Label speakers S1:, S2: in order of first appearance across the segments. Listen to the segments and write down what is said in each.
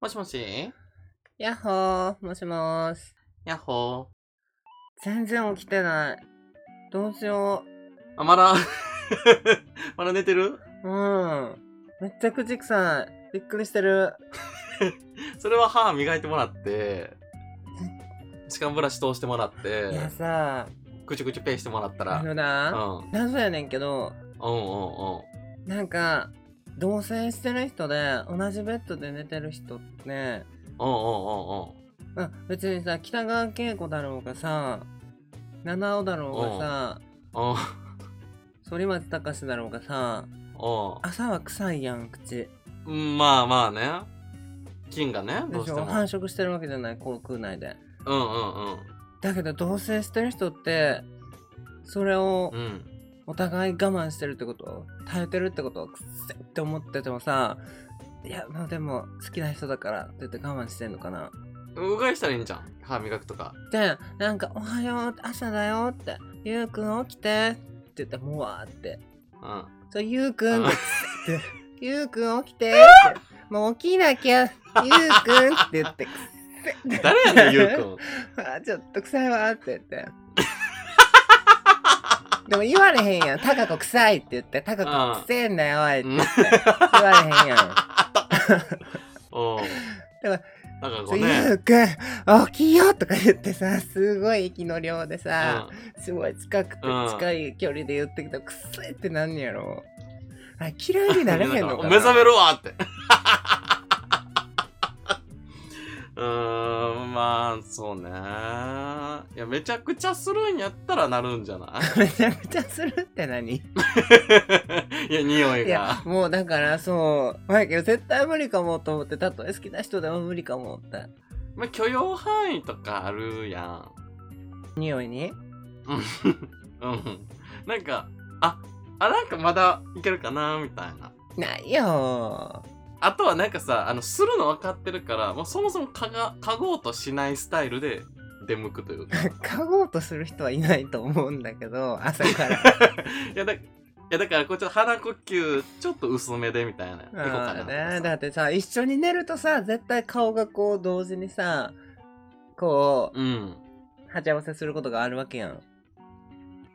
S1: もしもし
S2: やっほー、もしもーし。
S1: やっほ
S2: 全然起きてない。どうしよ
S1: ー。あ、まだ、 まだ寝てる
S2: う。うん。めっちゃ口臭い。びっくりしてる。
S1: それは歯磨いてもらって、歯間ブラシ通してもらって
S2: い、やさ、
S1: くちゅくちゅペーしてもらったら、う
S2: あ
S1: ん、
S2: の
S1: うん、
S2: な、
S1: うん、うん、
S2: 謎やねんけど、
S1: うん。
S2: なんか、同棲してる人で、同じベッドで寝てる人ってね、
S1: うんうん
S2: まあ、別にさ、北川景子だろうがさ、七尾だろうがさ、
S1: うんうん。うん、
S2: 反町隆史だろうがさ、
S1: う
S2: 朝は臭いやん、口。
S1: んうん。まあまあね。菌がね、ど
S2: で
S1: うし
S2: し
S1: て
S2: ょ
S1: も。
S2: 繁殖してるわけじゃない、口腔内で。
S1: うんうん
S2: だけど同棲してる人ってそれを
S1: うん。うん。
S2: お互い我慢してるってこと耐えてるってことくっせって思っててもさいやまあでも好きな人だからって言って我慢してんのかな
S1: うがいしたらいいんじゃん。歯磨くとか。
S2: でなんか「おはよう朝だよ」って「ゆうくん起きて」って言ってもわーって
S1: うん。
S2: そうゆうくん
S1: う
S2: っ
S1: ん
S2: て言って「ゆうくん起きて」って「もう起きなきゃゆうくん」って言ってくっせ
S1: 誰やねん、ゆうくん。
S2: あーちょっと臭いわーって言 って。でも言われへんやん。タカコ臭いって言って、タカコ臭えんだよ、おい って
S1: うん
S2: 言われへんやん。
S1: おう
S2: だか
S1: なんかこ
S2: そうう
S1: ね
S2: ゆ。うくん、起きようとか言ってさ、すごい息の量でさ、すごい近くて
S1: うん
S2: 近い距離で言ってきたら、臭いってなんねやろ。あ嫌いになれへんのかな。
S1: 目覚めるわってうーんまあそうねいやめちゃくちゃするんやったらなるんじゃない
S2: めちゃめちゃするって何い
S1: いや匂い
S2: や
S1: が、
S2: もうだからそう、まあやけど絶対無理かもと思って、たとえ好きな人でも無理かもって。
S1: まあ、許容範囲とかあるやん
S2: 匂いに
S1: うんうんなんかああなんかまだいけるかなみたいな
S2: ないよ
S1: あとはなんかさあのするの分かってるからもうそもそも嗅が嗅ごうとしないスタイルで出向くと いうか
S2: 嗅ごうとする人はいないと思うんだけ ど朝から
S1: いやだいやだからこうちょっと鼻呼吸ちょっと薄めでみたいな行こうかな
S2: あ
S1: と
S2: ー
S1: か
S2: ねだ
S1: さ
S2: ってさ一緒に寝るとさ絶対顔がこう同時にさこ
S1: うん
S2: う鉢合わせすることがあるわけやん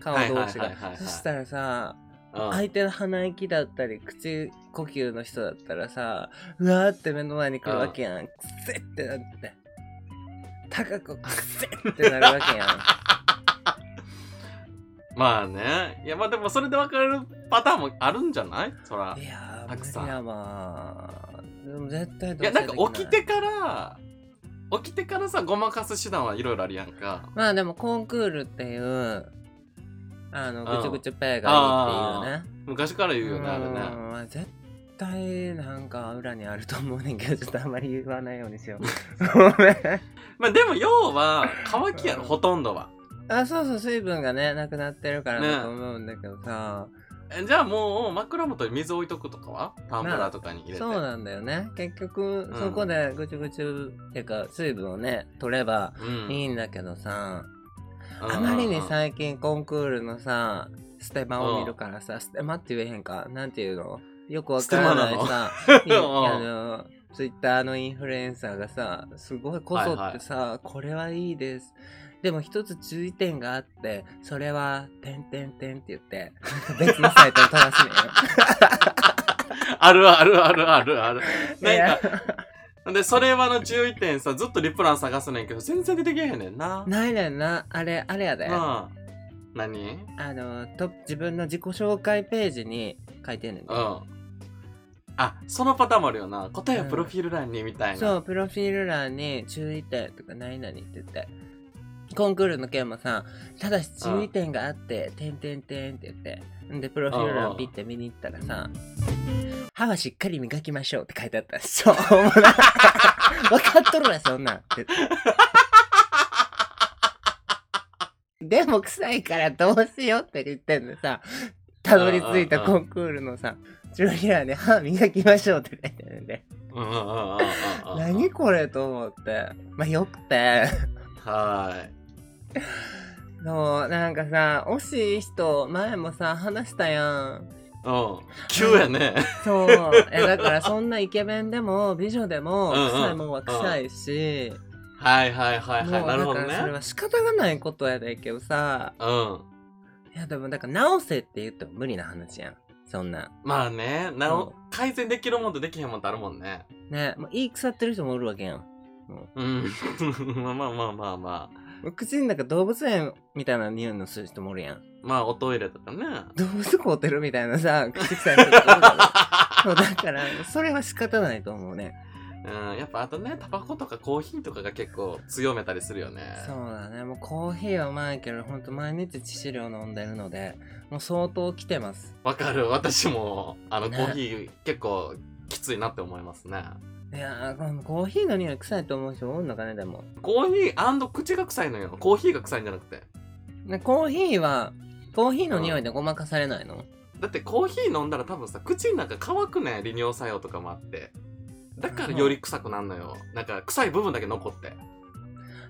S2: 顔同士
S1: はいはいはいはいは
S2: が
S1: い
S2: そしたらさ
S1: うん
S2: 相手の鼻息だったり口呼吸の人だったらさうわーって目の前に来るわけやんくせってなって高くくせってなるわけやん
S1: まあねいやまあでもそれで分かるパターンもあるんじゃないそら
S2: いや
S1: た
S2: ー
S1: くさん
S2: 無理やわーでも絶対
S1: いやなんか起きてから起きてからさごまかす手段はいろいろあるやんか
S2: まあでもコンクールっていうあのぐちゅぐちゅペイがいいっていうね
S1: 昔から言うよねあれ
S2: う
S1: ね
S2: んまあ絶対なんか裏にあると思うねんけどちょっとあんまり言わないようにしようごめん
S1: まあでも要は乾きやろ
S2: うん
S1: ほとんどは
S2: あそうそう水分がねなくなってるからだ
S1: ね
S2: と思うんだけどさ、
S1: えじゃあもう枕元に水置いとくとかはタンブラーとかに入れて
S2: そうなんだよね結局
S1: うん
S2: そこでぐちゅぐちゅ、っていうか水分をね取れば
S1: うん
S2: いいんだけどさ、
S1: うん
S2: あまりに最近コンクールのさ、ステマを見るからさ、ステマって言えへんか、なんていうのよくわからないさ、
S1: テマなの
S2: いあの、ツイッターのインフルエンサーがさ、すごいこそってさ、これはいいです。でも一つ注意点があって、それは、てんてんてんって言って、 別のサイトに飛ばすねんよ。
S1: あるあるあるあるある なんか
S2: いや
S1: で、それはの注意点さ、ずっとリプラン探すねんけど、全然出てけへんねんな。
S2: ないねんな、あれ、あれやで。
S1: なあ。何うん。
S2: あのと、自分の自己紹介ページに書いてんねんね。
S1: あ、そのパターンもあるよな。答えはプロフィール欄にみたいな。
S2: そうプロフィール欄に注意点とか何々って言ってコンクールの件もさただし注意点があって「てんてんてん」って言ってんでプロフィール
S1: う
S2: 欄
S1: ん
S2: ピッて見に行ったらさ「歯はしっかり磨きましょう」って書いてあったそう思 うな分かっとるわそんなんってでも臭いからどうしようって言ってんのさたどり着いたコンクールのさ注意欄で「歯磨きましょう」って書いてあるんで
S1: うんうんうんうんうんうん
S2: 何これと思ってまあよくて
S1: は
S2: そうなんかさ惜しい人前もさ話したや
S1: ー
S2: ん
S1: い。うん。急やね。
S2: そうえだからそんなイケメンでも美女でも
S1: うんうん
S2: 臭いもんは臭いし、
S1: はいはいはいはい。
S2: もう
S1: なる
S2: だ
S1: ほど
S2: からそれ
S1: ね。
S2: は仕方がないことやでけどさ
S1: うん。
S2: いやでもだから直せって言っても無理な話やんそんな
S1: まあね、な
S2: う
S1: お、改善できるもんとできへんもんってあるもんね。
S2: ねもう言い腐ってる人もおるわけやん
S1: うん。 まあまあまあまあまあ。
S2: もう口の中動物園みたいな匂いのする人もおるやん
S1: まあ、おトイレとかね。
S2: 動物飼うてるみたいなさ口臭い人もおるからそうだからそれは仕方ないと思うね
S1: うん、やっぱあとね、タバコとかコーヒーとかが結構強めたりするよね。
S2: そうだねもうコーヒーはうまいけどほんと毎日致死量飲んでるのでもう相当来てます
S1: わかる。私も、あの、
S2: ね
S1: コーヒー結構きついなって思いますね。
S2: いやーこのコーヒーの匂い臭いと思う人多いのかねでも
S1: コーヒー口が臭いのよ。コーヒーが臭いんじゃなくて。
S2: ねコーヒーはコーヒーの匂いでごまかされないの、
S1: だってコーヒー飲んだら多分さ、口の中乾くね。利尿作用とかもあって。だからより臭くなるのよ。なんか臭い部分だけ残って。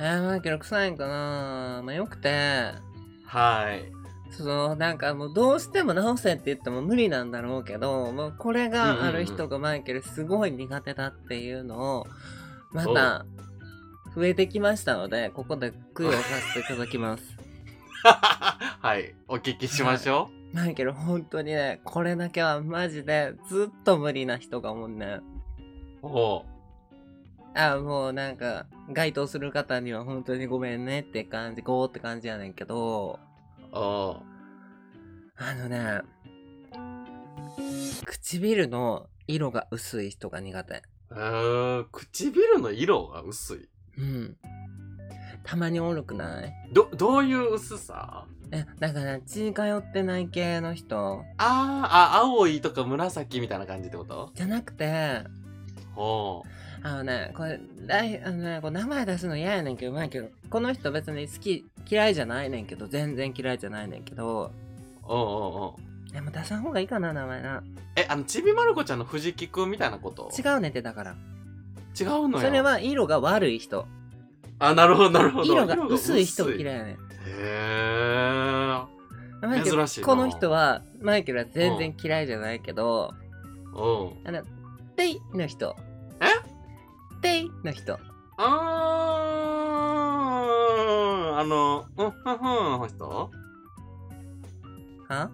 S2: えー、まあけど臭いんかなまあよくて
S1: はい。
S2: そのなんかもうどうしても直せって言っても無理なんだろうけど、もうこれがある人がマイケルすごい苦手だっていうのをまた増えてきましたのでここで供養させていただきます。
S1: はい。お聞きしましょ
S2: マイケル本当にねこれだけはマジでずっと無理な人がもんね
S1: う。お
S2: あもうなんか該当する方には本当にごめんねって感じゴーって感じやねんけど
S1: うおう
S2: あのね唇の色が薄い人が苦手。
S1: えー、唇の色が薄い。
S2: うん。たまにおるくない
S1: ど、どういう薄さ
S2: え、だから血通ってない系の人
S1: あーあ、青いとか紫みたいな感じってこと
S2: じゃなくて、
S1: おう。
S2: あのね、これ、ライあのね、こう名前出すの嫌やねんけど、まあけど、この人別に好き、嫌いじゃないねんけど、全然嫌いじゃないねんけど、
S1: おうおうおう。
S2: でも出さん方がいいかな、名前な。
S1: え、あの、ちびまる子ちゃんの藤木くんみたいなこと
S2: 違うねって、だから。
S1: 違うのよ。
S2: それは色が悪い人。
S1: あ、なるほど、なるほど。
S2: 色が薄い人
S1: 色が薄
S2: 嫌いやねん。
S1: へ
S2: マイケル
S1: 珍しいな
S2: この人は、マイケルは全然嫌いじゃないけど、
S1: ー。うん。
S2: あの、デイの人。
S1: え
S2: デイの人。
S1: あー、あの、うん、ふんふん、の人
S2: は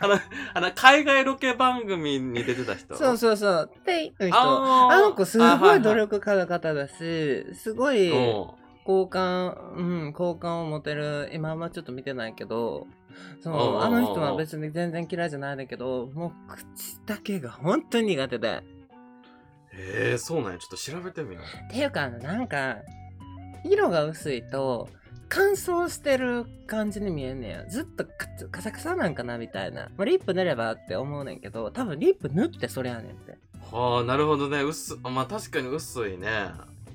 S1: あの、あの、海外ロケ番組に出てた人。
S2: そうそうそう。デイの人。
S1: あー
S2: あの子すごい努。
S1: あ
S2: 力家の方だし、すご
S1: はいは
S2: 好
S1: い
S2: 感、うん、好感を持てる、今あんまちょっと見てないけど、そ
S1: おうおうお
S2: う、
S1: う
S2: あの人は別に全然嫌いじゃないんだけど、もう口だけが本当に苦手で。
S1: うんへえー、そうなんや。ちょっと調べてみよう。
S2: っていうか、なんか、色が薄いと、乾燥してる感じに見えんねや。ずっとカツカサカサなんかなみたいな。まあ、リップ塗ればって思うねんけど、多分リップ塗ってそれやねんって。
S1: はあ、なるほどね。薄、あまあ確かに薄いね。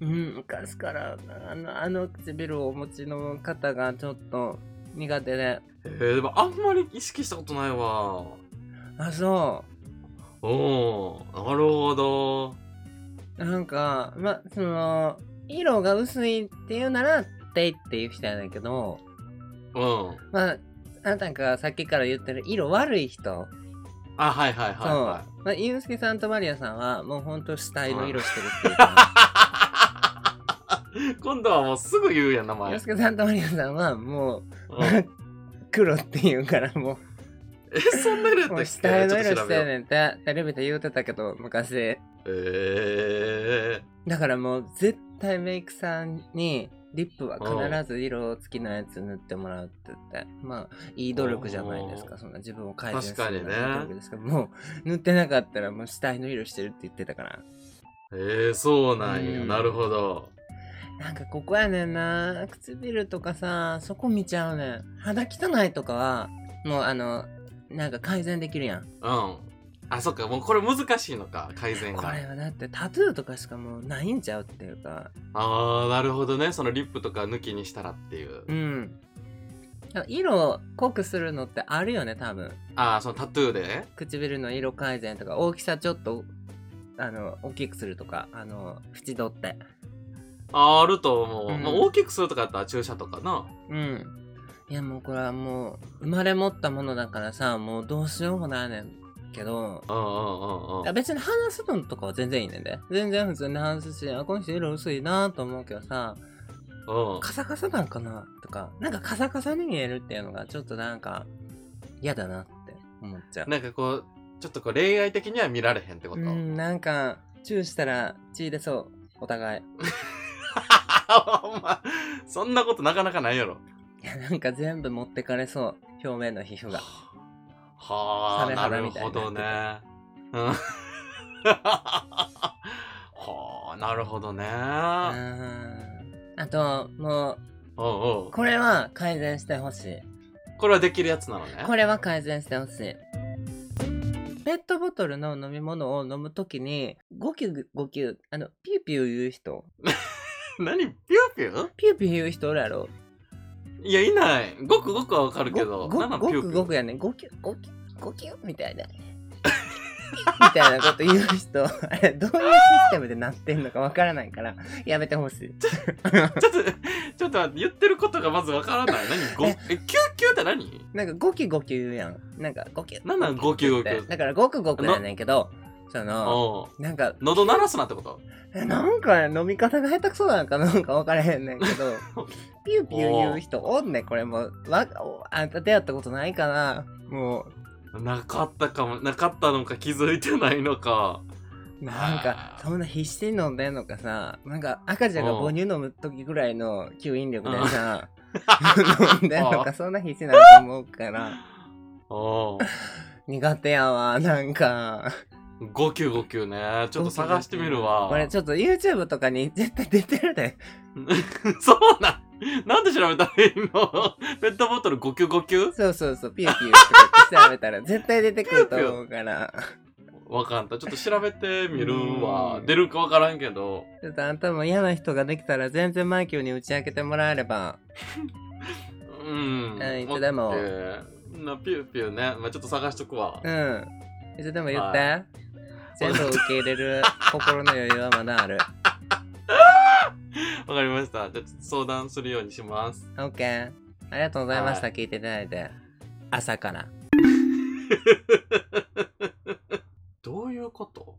S2: うん、昔からあのあの唇をお持ちの方がちょっと苦手で。
S1: えー、でもあんまり意識したことないわ。
S2: あ、そ
S1: おー、なるほど。
S2: う。なんか、ま、その、色が薄いっていうなら、デイっていう人やねんけど、
S1: うん。
S2: まあ、あなたがさっきから言ってる色悪い人。
S1: あ、はいはい
S2: そう。
S1: はい、は
S2: まあ、ユースケさんとマリアさんは、もうほんと死体の色してるっていうか、
S1: い。 今度はもうすぐ言うやん、名前。
S2: ユースケさんとマリアさんは、もう、
S1: うん
S2: 黒っていうから、もう、
S1: え、そんな色やったっ
S2: も
S1: け
S2: う死体
S1: ち
S2: の
S1: ょっ
S2: 色
S1: と調べ
S2: して
S1: よ
S2: ん
S1: う
S2: ねんって、テレビで言うてたけど、昔。
S1: え
S2: だからもう絶対メイクさんにリップは必ず色を付きのやつ塗ってもらうって言ってまあいい努力じゃないです
S1: お
S2: か
S1: ー
S2: そんな自分を改善する
S1: 確かにね
S2: いい努力ですけどもう塗ってなかったらもう死体の色してるって言ってたから
S1: ー、えー、そうなんや、
S2: うん
S1: なるほど。
S2: なんかここやねんな唇とかさそこ見ちゃうねん肌汚いとかはもうあのなんか改善できるやん
S1: うん。あ、そっか、もうこれ難しいのか、改善
S2: こ
S1: が。
S2: れはだってタトゥーとかしかもうないんちゃうっていうか
S1: あー、なるほどね。そのリップとか抜きにしたらっていう。
S2: うん色を濃くするのってあるよね多分
S1: あー、そのタトゥーで
S2: 唇の色改善とか大きさちょっとあの大きくするとかあの縁取って
S1: あーあると思う。
S2: うん
S1: まあ、大きくするとかやったら注射とかな。
S2: うんいやもうこれはもう生まれ持ったものだからさもうどうしようもないねんけど
S1: うんうんうんうん
S2: いや別に話すのとかは全然いいねんで全然普通に話すしあこの人色薄いなと思うけどさ
S1: うん
S2: カサカサなんかなとかなんかカサカサに見えるっていうのがちょっとなんか嫌だなって思っちゃ う
S1: なんかこうちょっとこう恋愛的には見られへんってこと、
S2: う んなんかチューしたら血出そうお互い
S1: お前そんなことなかなかないやろ
S2: いやなんか全部持ってかれそう表面の皮膚が
S1: はあ
S2: サメ
S1: な
S2: 肌
S1: る
S2: みたい
S1: ほ
S2: にな
S1: どね うんはあなるほどね
S2: うーんあともう
S1: おうおう
S2: これは改善してほしい
S1: これはできるやつなのね
S2: これは改善してほしいペットボトルの飲み物を飲むときにゴキュゴキュあのピューピュー言う人
S1: 何ピューピュー
S2: ピューピュー言う人おるやろ
S1: いやいないごくごくはわかるけど
S2: ごご
S1: なんなん
S2: ご
S1: ピュー
S2: く
S1: ピュ
S2: ご
S1: ー
S2: くやねんゴキュゴキュゴキュみたいなみたいなこと言う人あれどういうシステムでなってんのかわからないからやめてほしい
S1: ちょっとちょっと待って言ってることがまずわからない何 ごえキューキューって何
S2: なんかゴキゴキ言うやんなんかゴキ
S1: なんなんゴキゴキ
S2: ってだからゴクゴクやねんけどその
S1: おう
S2: なんか
S1: 喉鳴らすなってこと
S2: えなんか飲み方が下手くそなんかなんか分からへんねんけど ピューピュー言う人おんねんこれもわおあんた出会ったことないかなも
S1: なかったかもなかったのか気づいてないのか
S2: うなんか
S1: あー
S2: そんな必死に飲んでんのかさなんか赤ちゃんが母乳飲む時ぐらいの吸引力でさ 飲んでんの
S1: あー
S2: かそんな必死なのと思うから
S1: おう
S2: 苦手やわなんか
S1: 5級5級ねちょっと探してみるわ
S2: これちょっと YouTube とかに絶対出てるで
S1: そうなんなんで調べたらいいのペットボトル5級5級
S2: そうそうそうピューピューとかって調べたら絶対出てくると思うから。
S1: わかんたちょっと調べてみるわ
S2: うん
S1: 出るかわからんけど
S2: ちょっとあんたも嫌な人ができたら全然マイキューに打ち明けてもらえれば。
S1: うん
S2: うんいつでも
S1: オッケーなピューピューね、まあ、ちょっと探しとくわ
S2: うん。いつでも言って。
S1: は
S2: 全部受け入 れる心の余裕はまだある。
S1: わかりましたじゃあちょっと相談するようにします
S2: オッケー。ありがとうございました。
S1: は
S2: 聞いていただいて。朝から。
S1: どういうこと